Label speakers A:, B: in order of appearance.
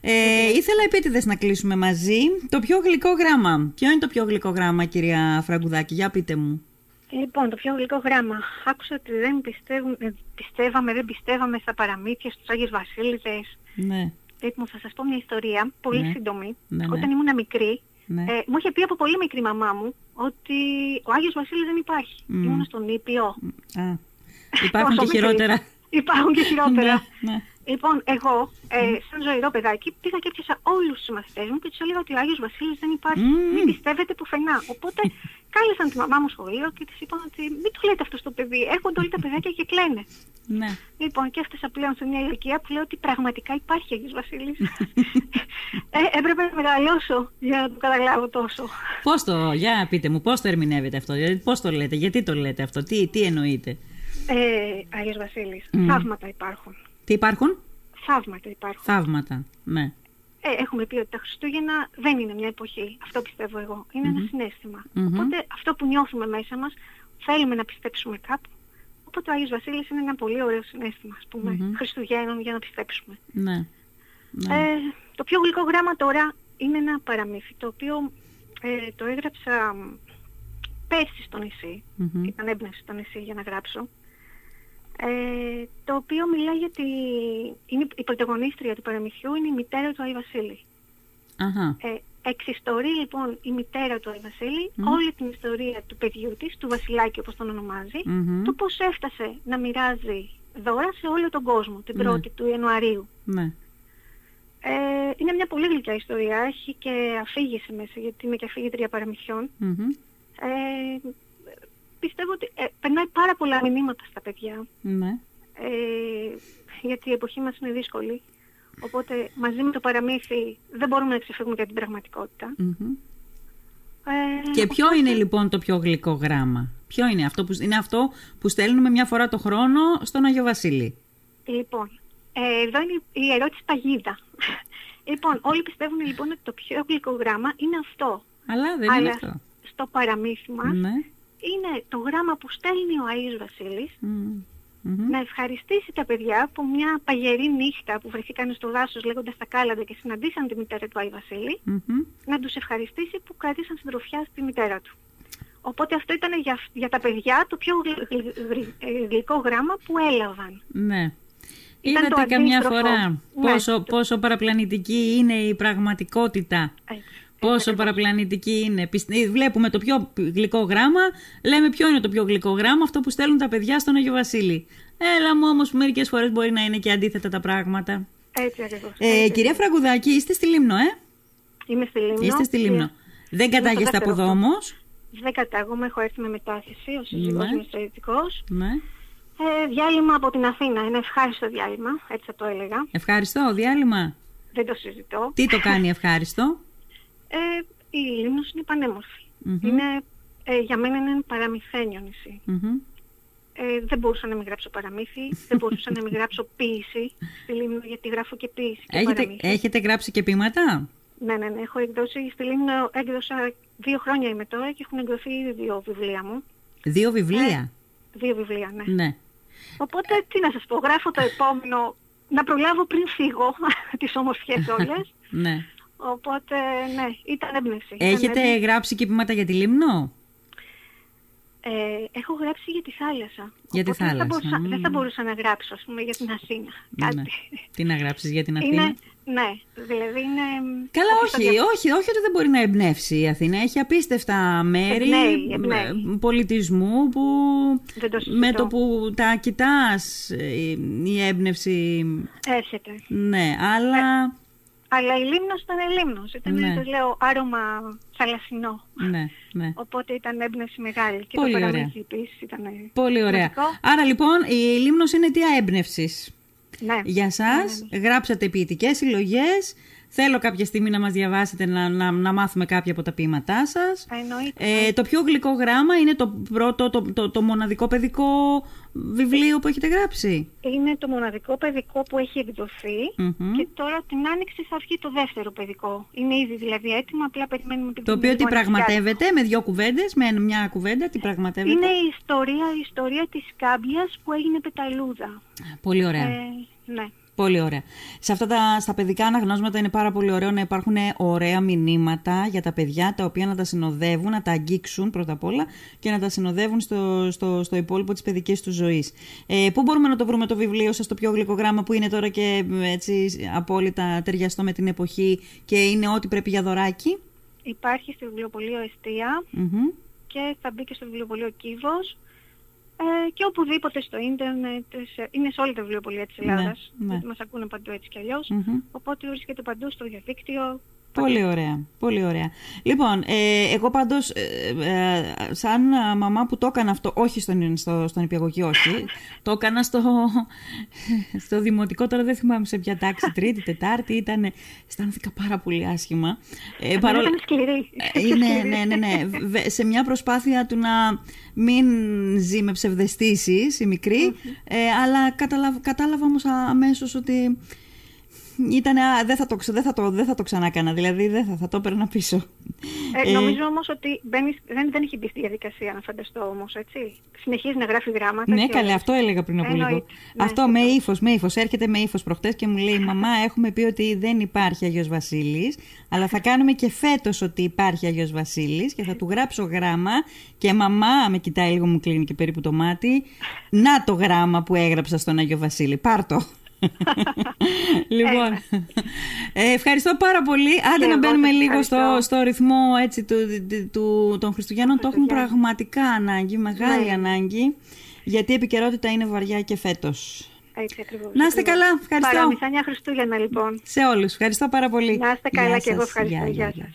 A: Ε, ήθελα επίτηδες να κλείσουμε μαζί. Το πιο γλυκό γράμμα. Ποιο είναι το πιο γλυκό γράμμα, κυρία Φραγκουδάκη, για πείτε μου.
B: Λοιπόν, το πιο γλυκό γράμμα. Άκουσα ότι δεν πιστεύουν, ε, πιστεύαμε, δεν πιστεύαμε στα παραμύθια, στους Άγιους Βασίλειδες.
A: Ναι.
B: Ε, μου θα σας πω μια ιστορία, πολύ
A: Ναι.
B: σύντομη.
A: Ναι, ναι.
B: Όταν ήμουν μικρή,
A: ναι.
B: ε, μου είχε πει από πολύ μικρή μαμά μου ότι ο Άγιος Βασίλης δεν υπάρχει.
A: Μμμ.
B: Ήμουν στον Ήπιο.
A: Α, υπάρχουν
B: Όσο
A: και
B: μικρή.
A: χειρότερα.
B: Υπάρχουν και χειρότερα.
A: Ναι, ναι.
B: Λοιπόν, εγώ, ε, σαν ζωηρό παιδάκι, πήγα και έπιασα όλους τους μαθητές μου και τους έλεγα ότι ο Άγιος Βασίλης δεν υπάρχει.
A: Μμμ.
B: Μην πιστεύετε πουθενά. Οπότε κάλεσαν τη μαμά μου στο σχολείο και της είπαν ότι μην του λέτε αυτό στο παιδί. Έρχονται όλοι τα παιδάκια και κλαίνε.
A: ναι.
B: Λοιπόν, και έφτασα πλέον σε μια ηλικία που λέω ότι πραγματικά υπάρχει Άγιος Βασίλης. ε, έπρεπε να μεγαλώσω για να το καταλάβω τόσο.
A: Πώς το, για πείτε μου, πώς το ερμηνεύετε αυτό, δηλαδή πώς το λέτε, γιατί το λέτε αυτό, τι, τι εννοείτε.
B: Ε, Άγιος Βασίλης,
A: Μμ.
B: θαύματα υπάρχουν.
A: Τι υπάρχουν,
B: Θαύματα υπάρχουν.
A: θαύματα. Ναι.
B: Ε, έχουμε πει ότι τα Χριστούγεννα δεν είναι μια εποχή. Αυτό πιστεύω εγώ. Είναι ένα συνέστημα.
A: Μμμ.
B: Οπότε αυτό που νιώθουμε μέσα μας θέλουμε να πιστέψουμε κάπου. Οπότε ο Άγιος Βασίλης είναι ένα πολύ ωραίο συνέστημα, ας πούμε,
A: Μμμ.
B: Χριστουγέννων για να πιστέψουμε.
A: Ναι. ναι.
B: Ε, το πιο γλυκό γράμμα τώρα είναι ένα παραμύθι, το οποίο ε, το έγραψα μ, πέρσι στο νησί.
A: Μμμ.
B: Ήταν έμπνευση στο νησί για να γράψω. Ε, το οποίο μιλάει για τη... Είναι η πρωταγωνίστρια του παραμυθιού είναι η μητέρα του Άι Βασίλη.
A: Αχα.
B: Ε, εξιστορεί λοιπόν η μητέρα του Άι Βασίλη
A: Μμμ.
B: όλη την ιστορία του παιδιού της, του Βασιλάκη όπως τον ονομάζει,
A: Μμμ.
B: το πώς έφτασε να μοιράζει δώρα σε όλο τον κόσμο την
A: Ναι.
B: 1η του Ιανουαρίου.
A: Ναι.
B: Ε, είναι μια πολύ γλυκιά ιστορία, έχει και αφήγηση μέσα γιατί είμαι και αφήγητρια παραμυθιών.
A: Μμμ.
B: Ε, πιστεύω ότι ε, περνάει πάρα πολλά μηνύματα στα παιδιά
A: Ναι.
B: ε, γιατί η εποχή μας είναι δύσκολη. Οπότε μαζί με το παραμύθι δεν μπορούμε να ξεφύγουμε για την πραγματικότητα.
A: Μμμ.
B: Ε,
A: Και ποιο είναι λοιπόν το πιο γλυκό γράμμα. Ποιο είναι αυτό που, είναι αυτό που στέλνουμε μια φορά το χρόνο στον Άγιο Βασίλη.
B: Λοιπόν, ε, εδώ είναι η ερώτηση παγίδα. λοιπόν, όλοι πιστεύουν λοιπόν ότι το πιο γλυκό γράμμα είναι αυτό.
A: Αλλά δεν είναι αυτό.
B: στο παραμύθι μας
A: Ναι.
B: είναι το γράμμα που στέλνει ο Αΐς Βασίλης
A: Μμμ. Μμμ.
B: να ευχαριστήσει τα παιδιά που μια παγερή νύχτα που βρεθήκαν στο δάσος λέγοντας τα κάλαντα και συναντήσαν τη μητέρα του Άι Βασίλη
A: Μμμ.
B: να τους ευχαριστήσει που κρατήσαν συντροφιά στη μητέρα του. Οπότε αυτό ήταν για, για τα παιδιά το πιο γλυ- γλυ- γλυ- ε, γλυκό γραμμα που έλαβαν.
A: Ναι.
B: Ήταν
A: Είδατε
B: το
A: καμιά
B: αντίστροφο.
A: φορά
B: Ναι.
A: πόσο, πόσο παραπλανητική είναι η πραγματικότητα.
B: Έτσι.
A: Πόσο παραπλανητική είναι. Πισ- ε, Βλέπουμε το πιο γλυκό γράμμα. Λέμε ποιο είναι το πιο γλυκό γράμμα, αυτό που στέλνουν τα παιδιά στον Άγιο Βασίλη. Έλα μου όμως που μερικές φορές μπορεί να είναι και αντίθετα τα πράγματα.
B: Έτσι ακριβώς.
A: Ε,
B: Έτσι.
A: κυρία Φραγκουδάκη, είστε στη Λίμνο, ε.
B: Είμαι στη Λίμνο.
A: Είστε στη Λίμνο. Δεν κατάγεστε από
B: δεύτερο
A: εδώ όμως.
B: Δεν κατάγομαι, έχω έρθει με μετάθεση, ο σύζυγός
A: Ναι.
B: μου είναι στρατιωτικός.
A: Ναι.
B: Ε, διάλειμμα από την Αθήνα, είναι ευχάριστο διάλειμμα, έτσι θα το έλεγα.
A: Ευχαριστώ, διάλειμμα.
B: Δεν το συζητώ.
A: Τι το κάνει ευχάριστο.
B: Ε, η Λίμνος είναι πανέμορφη.
A: Μμμ.
B: Είναι, ε, για μένα είναι ένα παραμυθένιο νησί.
A: Μμμ.
B: Ε, δεν μπορούσα να μην γράψω παραμύθι, δεν μπορούσα να μην γράψω ποίηση στη Λίμνο, γιατί γράφω και ποίηση και
A: Έχετε, ε-
B: παραμύθι.
A: έχετε γράψει και πείματα.
B: Ναι, ναι, ναι, έχω εκδώσει, στη Λίμνο έκδοσα δύο χρόνια είμαι τώρα και έχουν εκδοθεί ήδη δύο βιβλία μου.
A: Δύο βιβλία.
B: Δύο βιβλία, ναι.
A: Ναι.
B: Οπότε τι να σας πω, γράφω το επόμενο να προλάβω πριν φύγω τις ομορφιές όλες.
A: ναι.
B: Οπότε ναι, ήταν έμπνευση. ήταν
A: Έχετε
B: έμπνευση.
A: γράψει και πείματα για τη Λίμνο.
B: Ε, έχω γράψει για τη θάλασσα.
A: Για τη
B: Οπότε δεν θα
A: θάλασσα,
B: μπορούσα-
A: μμμ.
B: Δεν θα μπορούσα να γράψω, ας πούμε, για την Αθήνα. Κάτι.
A: Ναι. Τι να γράψεις για την Αθήνα.
B: Είναι, ναι, δηλαδή είναι... μ,
A: Καλά,
B: όπως το
A: όχι,
B: δια-
A: όχι, όχι ότι δεν μπορεί να εμπνεύσει η Αθήνα. Έχει απίστευτα μέρη
B: Εμπνέει, εμπνέει.
A: ε, πολιτισμού που
B: Δεν το συζητώ.
A: με το που τα κοιτάς ε, η έμπνευση,
B: Έρχεται.
A: ναι, αλλά
B: Αλλά η Λίμνος ήταν Λίμνος. Ήταν,
A: Ναι.
B: το λέω, άρωμα θαλασσινό.
A: ναι, ναι.
B: Οπότε ήταν έμπνευση μεγάλη. Και
A: Πολύ
B: το
A: ωραία.
B: παραμύθι επίσης ήταν...
A: Πολύ ωραία.
B: σημαντικό.
A: Άρα λοιπόν η Λίμνος είναι αιτία έμπνευσης.
B: Ναι.
A: Για σας, γράψατε ποιητικές συλλογές. Θέλω κάποια στιγμή να μας διαβάσετε, να, να, να μάθουμε κάποια από τα ποίηματά σας.
B: Εννοείται.
A: Ε, το πιο γλυκό γράμμα είναι το πρώτο, το, το, το μοναδικό παιδικό βιβλίο που έχετε γράψει.
B: Είναι το μοναδικό παιδικό που έχει εκδοθεί
A: Μμμ.
B: και τώρα την άνοιξη θα βγει το δεύτερο παιδικό. Είναι ήδη δηλαδή έτοιμο, απλά περιμένουμε την
A: Το οποίο τι
B: δημιουργία.
A: πραγματεύεται με δύο κουβέντες, με μια κουβέντα, τι πραγματεύεται.
B: Είναι η ιστορία, η ιστορία της κάμπιας που έγινε πεταλούδα.
A: Πολύ ωραία.
B: Ε, ναι.
A: Πολύ ωραία. Σε αυτά τα στα παιδικά αναγνώσματα είναι πάρα πολύ ωραίο να υπάρχουν ωραία μηνύματα για τα παιδιά τα οποία να τα συνοδεύουν, να τα αγγίξουν πρώτα απ' όλα και να τα συνοδεύουν στο, στο, στο υπόλοιπο της παιδικής τους ζωής. Ε, πού μπορούμε να το βρούμε το βιβλίο σας, το πιο γλυκογράμμα που είναι τώρα και έτσι απόλυτα ταιριαστό με την εποχή και είναι ό,τι πρέπει για δωράκι.
B: Υπάρχει στο βιβλιοπωλείο Εστία
A: Μμμ.
B: και θα μπει και στο βιβλιοπωλείο Κίβος ε, και οπουδήποτε στο ίντερνετ, σε- είναι σε όλα τα βιβλιοπωλεία της Ελλάδας,
A: ναι.
B: γιατί μας ακούνε παντού έτσι κι αλλιώς,
A: Μμμ.
B: οπότε βρίσκεται παντού στο διαδίκτυο.
A: Πολύ ωραία, πολύ ωραία. Λοιπόν, ε, εγώ πάντως, ε, ε, σαν ε, μαμά που το έκανα αυτό, όχι στον, στο, στον υπηαγωγείο, όχι, το έκανα στο, στο δημοτικό, τώρα δεν θυμάμαι σε ποια τάξη, τρίτη, τετάρτη, ήταν, αισθάνθηκα πάρα πολύ άσχημα. Ε,
B: Ε,
A: παρόλο-
B: Ήταν σκληρή.
A: ε, Είναι, ναι, ναι, ναι. Βε- Σε μια προσπάθεια του να μην ζει με ψευδεστήσεις η μικρή, ε, αλλά κατάλαβα, κατάλαβα όμως αμέσως ότι ήταν, α, δεν θα το, ξε- δεν θα το, δεν θα το ξανάκανα, δηλαδή δεν θα, θα το έπαιρνα πίσω.
B: Ε, νομίζω όμως ότι μπαίνεις, δεν, δεν έχει μπει στη διαδικασία να φανταστώ όμως, έτσι. Συνεχίζει να γράφει γράμματα.
A: Ναι,
B: και-
A: καλά, αυτό έλεγα πριν από λίγο.
B: Εννοείται. Ναι,
A: Αυτό με ύφος, με ύφος. Έρχεται με ύφος προχτές και μου λέει: Μαμά, έχουμε πει ότι δεν υπάρχει Αγίος Βασίλης, αλλά θα κάνουμε και φέτος ότι υπάρχει Αγίος Βασίλης και θα του γράψω γράμμα. Και μαμά, με κοιτάει λίγο, μου κλείνει και περίπου το μάτι. Να το γράμμα που έγραψα στον Αγίο Βασίλη. Πάρτο. λοιπόν, ε, ευχαριστώ πάρα πολύ. Άντε
B: Και
A: να
B: εγώ
A: μπαίνουμε
B: σας
A: λίγο στο,
B: ευχαριστώ.
A: στο ρυθμό έτσι, του, του, του- των Χριστουγέννων. Το έχουν
B: Χριστουγέννων.
A: πραγματικά ανάγκη, μεγάλη
B: Ναι.
A: ανάγκη, γιατί η επικαιρότητα είναι βαριά και φέτος.
B: Έτσι ακριβώς.
A: Να είστε
B: ακριβώς.
A: καλά, ευχαριστώ.
B: Παραμυθάνια Χριστούγεννα λοιπόν.
A: Σε όλους. Ευχαριστώ πάρα πολύ.
B: Να είστε καλά
A: Γεια
B: και εγώ
A: σας.
B: ευχαριστώ.
A: Γεια,
B: Γεια
A: γεια,
B: σας.
A: γεια.